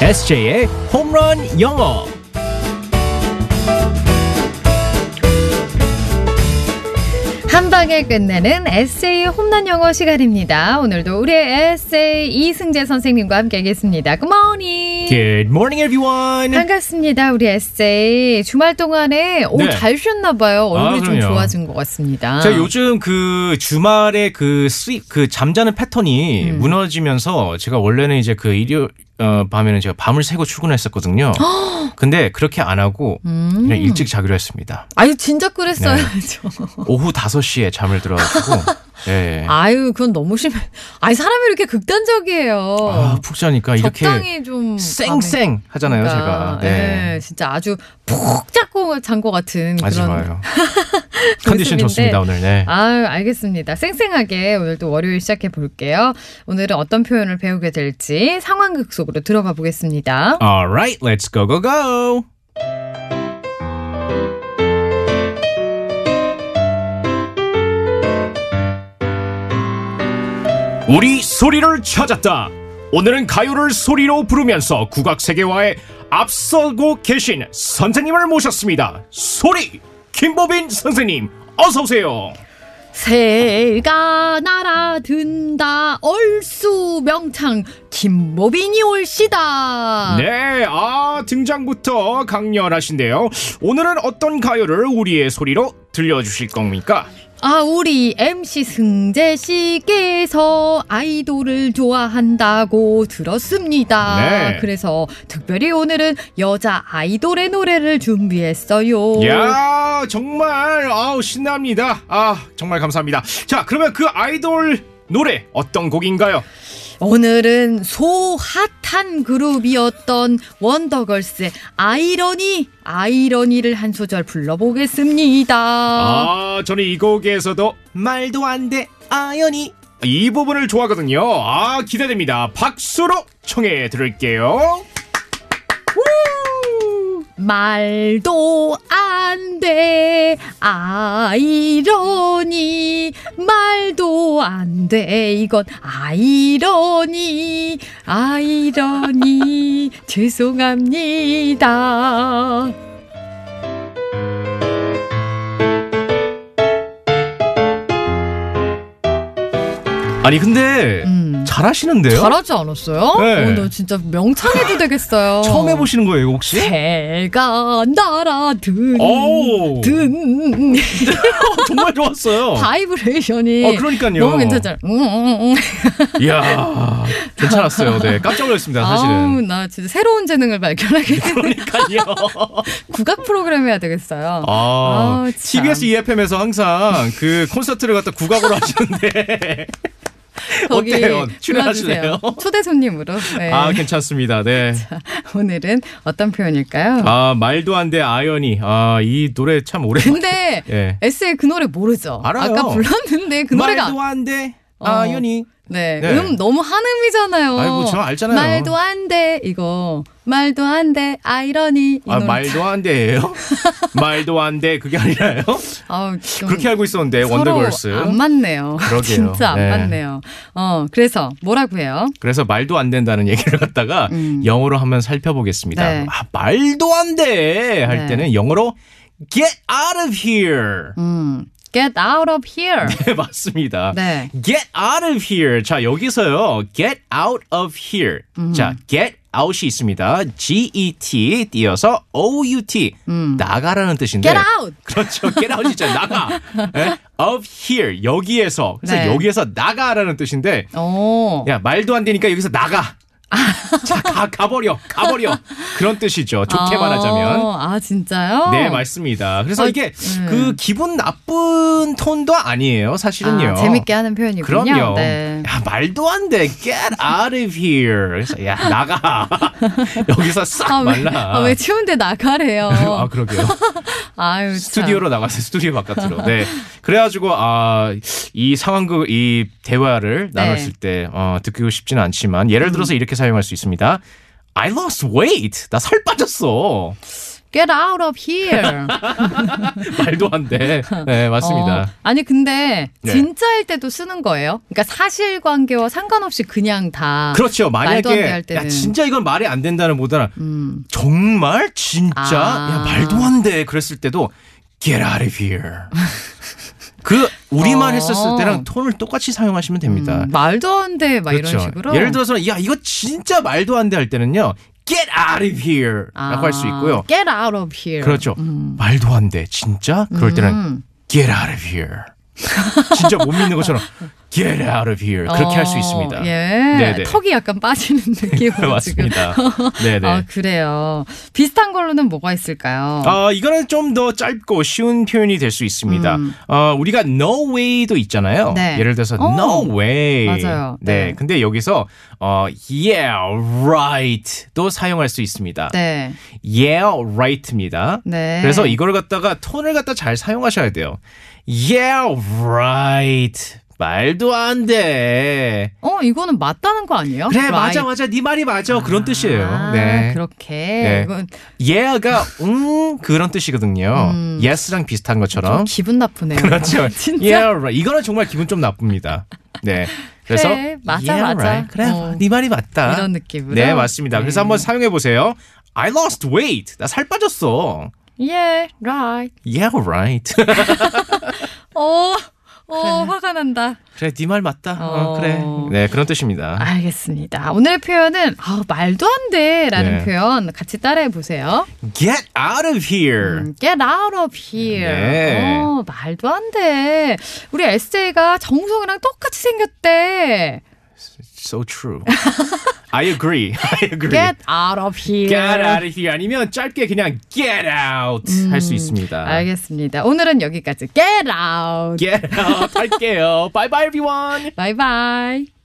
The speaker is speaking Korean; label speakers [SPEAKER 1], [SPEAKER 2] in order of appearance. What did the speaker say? [SPEAKER 1] SJ의 홈런 영어.
[SPEAKER 2] 한 방에 끝내는 에세이 홈런 영어 시간입니다. 오늘도 우리의 에세이 이승재 선생님과 함께하겠습니다. Good morning.
[SPEAKER 1] Good morning, everyone.
[SPEAKER 2] 반갑습니다. 우리 에세이 주말 동안에
[SPEAKER 1] 네.
[SPEAKER 2] 오잘 쉬었나 봐요. 얼굴이 좀
[SPEAKER 1] 그럼요.
[SPEAKER 2] 좋아진 것 같습니다.
[SPEAKER 1] 제가 요즘 그 주말에 그 sleep 그 잠자는 패턴이
[SPEAKER 2] 음.
[SPEAKER 1] 무너지면서 제가 원래는 이제 그 일요 어, 밤에는 제가 밤을 새고 출근했었거든요. 근데 그렇게 안 하고
[SPEAKER 2] 음.
[SPEAKER 1] 그냥 네, 일찍 네. 자기로 했습니다.
[SPEAKER 2] 아유 진짜 그랬어야죠.
[SPEAKER 1] 오후 5시에 잠을 들어가지고 예.
[SPEAKER 2] 아유 그건 너무 심해. 아니 사람이 이렇게 극단적이에요.
[SPEAKER 1] 아, 푹 자니까 이렇게
[SPEAKER 2] 적당히 좀 밤에.
[SPEAKER 1] 쌩쌩 하잖아요,
[SPEAKER 2] 그러니까,
[SPEAKER 1] 제가. 네.
[SPEAKER 2] 예, 진짜 아주 푹 잡고 잔 것 같은
[SPEAKER 1] 아주
[SPEAKER 2] 네, 그런
[SPEAKER 1] 좋아요. 컨디션
[SPEAKER 2] 모습인데.
[SPEAKER 1] 좋습니다, 오늘. 네.
[SPEAKER 2] 아유, 알겠습니다. 쌩쌩하게 오늘 또 월요일 시작해 볼게요. 오늘은 어떤 표현을 배우게 될지 상황극 속으로 들어가 보겠습니다.
[SPEAKER 1] All right, let's go, go, go.
[SPEAKER 3] 우리 소리를 찾았다. 오늘은 가요를 소리로 부르면서 국악 세계화에 앞서고 계신 선생님을 모셨습니다. 소리 김보빈 선생님 어서 오세요.
[SPEAKER 2] 새가 날아든다 얼쑤 명창 김보빈이 올시다.
[SPEAKER 3] 네, 아 등장부터 강렬하신데요. 오늘은 어떤 가요를 우리의 소리로 들려주실 겁니까?
[SPEAKER 2] 아 우리 MC 승재 씨께서 아이돌을 좋아한다고 들었습니다.
[SPEAKER 3] 네.
[SPEAKER 2] 그래서 특별히 오늘은 여자 아이돌의 노래를 준비했어요.
[SPEAKER 3] 야 정말 아우 신납니다. 아 정말 감사합니다. 자 그러면 그 아이돌 노래 어떤 곡인가요?
[SPEAKER 2] 오늘은 소핫한 그룹이었던 원더걸스의 아이러니 아이러니를 한 소절 불러보겠습니다.
[SPEAKER 3] 아, 저는 이 곡에서도 말도 안 돼, 아연이. 이 부분을 좋아하거든요. 아, 기대됩니다. 박수로 청해 들을게요.
[SPEAKER 2] 말도 안 돼, 아이러니. 말도 안 돼, 이건 아이러니. 아이러니. 죄송합니다.
[SPEAKER 1] 네? 아니, 근데
[SPEAKER 2] 음.
[SPEAKER 1] 잘하시는데요?
[SPEAKER 2] 잘하지 않았어요?
[SPEAKER 1] 네.
[SPEAKER 2] 어, 너 진짜 명창해도 되겠어요.
[SPEAKER 1] 처음 해보시는 거예요, 이거 혹시?
[SPEAKER 2] 새가 날아든
[SPEAKER 1] 오.
[SPEAKER 2] 든
[SPEAKER 1] 정말 좋았어요.
[SPEAKER 2] 바이브레이션이
[SPEAKER 1] 어, 그러니까요.
[SPEAKER 2] 너무 괜찮잖아. 음, 음, 음.
[SPEAKER 1] 이야, 괜찮았어요. 네, 깜짝 놀랐습니다, 사실은.
[SPEAKER 2] 아우 나 진짜 새로운 재능을 발견하게
[SPEAKER 3] 네.
[SPEAKER 2] 된
[SPEAKER 1] 그러니까요.
[SPEAKER 2] 국악 프로그램 해야 되겠어요.
[SPEAKER 1] 아,
[SPEAKER 2] 아우, 참.
[SPEAKER 1] TBS EFM에서 항상 그 콘서트를 갖다 국악으로 하시는데.
[SPEAKER 2] 거기
[SPEAKER 1] 어때요?
[SPEAKER 2] 불러주세요.
[SPEAKER 1] 출연하실래요?
[SPEAKER 2] 초대 손님으로. 네.
[SPEAKER 1] 아, 괜찮습니다. 네.
[SPEAKER 2] 오늘은 어떤 표현일까요?
[SPEAKER 1] 아, 말도 안 돼, 아연이. 아, 이 노래 참 오래.
[SPEAKER 2] 그, 근데
[SPEAKER 1] 예.
[SPEAKER 2] S의 그 노래 모르죠?
[SPEAKER 1] 알아요.
[SPEAKER 2] 아까 불렀는데 그 노래가
[SPEAKER 1] 말도 안 돼,
[SPEAKER 2] 어.
[SPEAKER 1] 아연이.
[SPEAKER 2] 네,
[SPEAKER 1] 네.
[SPEAKER 2] 음 너무 한음이잖아요.
[SPEAKER 1] 아이고, 저 알잖아요.
[SPEAKER 2] 말도 안 돼, 이거. 말도 안 돼, 아이러니. 이
[SPEAKER 1] 아,
[SPEAKER 2] 노래.
[SPEAKER 1] 말도 안 돼예요? 말도 안 돼, 그게 아니라요?
[SPEAKER 2] 아우, 좀
[SPEAKER 1] 그렇게 알고 있었는데,
[SPEAKER 2] 음. 서로
[SPEAKER 1] 네, 원더걸스.
[SPEAKER 2] 안 맞네요.
[SPEAKER 1] 그러게요.
[SPEAKER 2] 진짜 안
[SPEAKER 1] 네.
[SPEAKER 2] 맞네요. 어, 그래서 뭐라고 해요?
[SPEAKER 1] 그래서 말도 안 된다는 얘기를 갖다가
[SPEAKER 2] 음.
[SPEAKER 1] 영어로 한번 살펴보겠습니다.
[SPEAKER 2] 네.
[SPEAKER 1] 아, 말도 안 돼! 할
[SPEAKER 2] 네.
[SPEAKER 1] 때는 영어로 get out of here.
[SPEAKER 2] 음, get out of here.
[SPEAKER 1] 네, 맞습니다.
[SPEAKER 2] 음. 네.
[SPEAKER 1] get out of here. 자, 여기서요. get out of here.
[SPEAKER 2] 음.
[SPEAKER 1] 자, get out이 있습니다. get 띄어서 out. 나가라는 뜻인데.
[SPEAKER 2] 음. get out.
[SPEAKER 1] 그렇죠. get out 진짜 나가. 예? of here. 여기에서. 그래서
[SPEAKER 2] 네.
[SPEAKER 1] 여기에서 나가라는 뜻인데
[SPEAKER 2] 오.
[SPEAKER 1] 야, 말도 안 되니까 여기서 나가. 자, 가, 가버려. 가버려. 그런 뜻이죠. 좋게
[SPEAKER 2] 아,
[SPEAKER 1] 말하자면.
[SPEAKER 2] 아, 진짜요?
[SPEAKER 1] 네, 맞습니다. 그래서
[SPEAKER 2] 어,
[SPEAKER 1] 이게
[SPEAKER 2] 음.
[SPEAKER 1] 그 기분 나쁜 톤도 아니에요, 사실은요.
[SPEAKER 2] 아, 재밌게 하는 표현이군요.
[SPEAKER 1] 그럼요.
[SPEAKER 2] 네.
[SPEAKER 1] 야, 말도 안 돼. Get out of here. 그래서 야, 나가. 여기서 싹
[SPEAKER 2] 아, 왜,
[SPEAKER 1] 말라.
[SPEAKER 2] 아, 왜 추운데 나가래요?
[SPEAKER 1] 아, 그러게요.
[SPEAKER 2] 아유, 참.
[SPEAKER 1] 스튜디오로 나가세요. 스튜디오 바깥으로. 네. 그래가지고 아 이 상황극 이 대화를
[SPEAKER 2] 네. 음.
[SPEAKER 1] 나눴을 때 어, 듣고 싶지는 않지만 예를 들어서 이렇게 사용할 수 있습니다. I lost weight. 나 살 빠졌어.
[SPEAKER 2] Get out of here.
[SPEAKER 1] 말도 안 돼. 네,
[SPEAKER 2] 어,
[SPEAKER 1] 맞습니다.
[SPEAKER 2] 아니 근데
[SPEAKER 1] 네.
[SPEAKER 2] 진짜일 때도 쓰는 거예요? 그러니까 사실관계와 상관없이 그냥 다.
[SPEAKER 1] 그렇죠.
[SPEAKER 2] 말도 안 돼할
[SPEAKER 1] 만약에
[SPEAKER 2] 때는.
[SPEAKER 1] 야 진짜 이건 말이 안 된다는 보다는
[SPEAKER 2] 음.
[SPEAKER 1] 정말 진짜
[SPEAKER 2] 아.
[SPEAKER 1] 야 말도 안 돼. 그랬을 때도 get out of here. 그 우리만
[SPEAKER 2] 어.
[SPEAKER 1] 했었을 때랑 톤을 똑같이 사용하시면 됩니다. 그렇죠.
[SPEAKER 2] 음, 말도 안 돼. 막 이런 식으로.
[SPEAKER 1] 예를 들어서 야 이거 진짜 말도 안 돼 할 때는요. get out of here라고
[SPEAKER 2] 아,
[SPEAKER 1] 할 수 있고요.
[SPEAKER 2] Get out of here.
[SPEAKER 1] 그렇죠.
[SPEAKER 2] 음.
[SPEAKER 1] 말도 안 돼. 진짜? 그럴 때는
[SPEAKER 2] 음.
[SPEAKER 1] get out of here. 진짜 못 믿는 것처럼 get out of here 그렇게 할 수
[SPEAKER 2] 어,
[SPEAKER 1] 있습니다.
[SPEAKER 2] 예.
[SPEAKER 1] 네네.
[SPEAKER 2] 턱이 약간 빠지는 느낌으로 지금.
[SPEAKER 1] 맞습니다. 네네.
[SPEAKER 2] 아
[SPEAKER 1] 아,
[SPEAKER 2] 그래요. 비슷한 걸로는 뭐가 있을까요?
[SPEAKER 1] 어, 이거는 좀 더 짧고 쉬운 표현이 될 수 있습니다.
[SPEAKER 2] 어. 음.
[SPEAKER 1] 어, 우리가 no way도 있잖아요.
[SPEAKER 2] 네.
[SPEAKER 1] 예를 들어서
[SPEAKER 2] 어.
[SPEAKER 1] no way.
[SPEAKER 2] 맞아요.
[SPEAKER 1] 네.
[SPEAKER 2] 네.
[SPEAKER 1] 근데 여기서 어, yeah, right도 사용할 수 있습니다.
[SPEAKER 2] 네.
[SPEAKER 1] yeah, right입니다.
[SPEAKER 2] 네.
[SPEAKER 1] 그래서 이걸 갖다가 톤을 갖다 잘 사용하셔야 돼요. Yeah, right. 말도 안 돼.
[SPEAKER 2] 어 이거는 맞다는 거 아니에요?
[SPEAKER 1] 그래
[SPEAKER 2] 어, Right.
[SPEAKER 1] 맞아 맞아 네 말이 맞아 그런 뜻이에요.
[SPEAKER 2] 아,
[SPEAKER 1] 네.
[SPEAKER 2] 그렇게
[SPEAKER 1] 네.
[SPEAKER 2] 이건
[SPEAKER 1] 예아가 음 그런 뜻이거든요. yes랑 비슷한
[SPEAKER 2] 음. 좀
[SPEAKER 1] 것처럼.
[SPEAKER 2] 기분 나쁘네요.
[SPEAKER 1] 어? 그렇죠.
[SPEAKER 2] 진짜.
[SPEAKER 1] Yeah, right. 이거는 정말 기분 좀 나쁩니다. 네. 그래서
[SPEAKER 2] 그래, 맞아,
[SPEAKER 1] yeah,
[SPEAKER 2] 맞아.
[SPEAKER 1] right. 그래
[SPEAKER 2] 어.
[SPEAKER 1] 네 말이 맞다.
[SPEAKER 2] 이런 느낌으로.
[SPEAKER 1] 네 맞습니다. 그래서
[SPEAKER 2] 네.
[SPEAKER 1] 한번 사용해 보세요. I lost weight. 나 살 빠졌어.
[SPEAKER 2] Yeah, 예, right.
[SPEAKER 1] Yeah, right.
[SPEAKER 2] 어, 어 화가 난다.
[SPEAKER 1] 그래 네 말 맞다. 어,
[SPEAKER 2] 어.
[SPEAKER 1] 그래. 네 그런 뜻입니다.
[SPEAKER 2] 알겠습니다. 오늘 표현은 아, 말도 안 돼라는
[SPEAKER 1] 네.
[SPEAKER 2] 표현 같이 따라해 보세요.
[SPEAKER 1] Get out of here.
[SPEAKER 2] 음, Get out of here.
[SPEAKER 1] 네.
[SPEAKER 2] 어, 말도 안 돼. 우리 에세이가 정성이랑 똑같이 생겼대.
[SPEAKER 1] So true. I agree. I agree.
[SPEAKER 2] Get out of here.
[SPEAKER 1] Get out of here 아니면 짧게 그냥 get out 할 수 있습니다.
[SPEAKER 2] 음. 알겠습니다. 오늘은 여기까지. Get out.
[SPEAKER 1] Get out 할게요. Bye bye everyone.
[SPEAKER 2] 바이바이.